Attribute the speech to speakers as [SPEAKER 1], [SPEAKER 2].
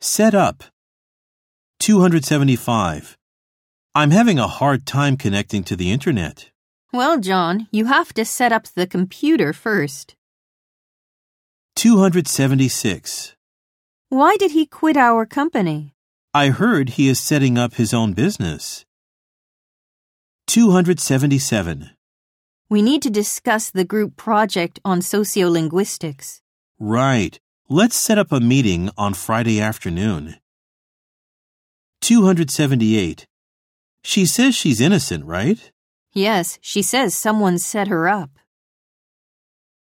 [SPEAKER 1] Set up. 275. I'm having a hard time connecting to the internet.
[SPEAKER 2] Well, John, you have to set up the computer first.
[SPEAKER 1] 276.
[SPEAKER 2] Why did he quit our company?
[SPEAKER 1] I heard he is setting up his own business. 277.
[SPEAKER 2] We need to discuss the group project on sociolinguistics.
[SPEAKER 1] Right. Let's set up a meeting on Friday afternoon. 278. She says she's innocent, right?
[SPEAKER 2] Yes, she says someone set her up.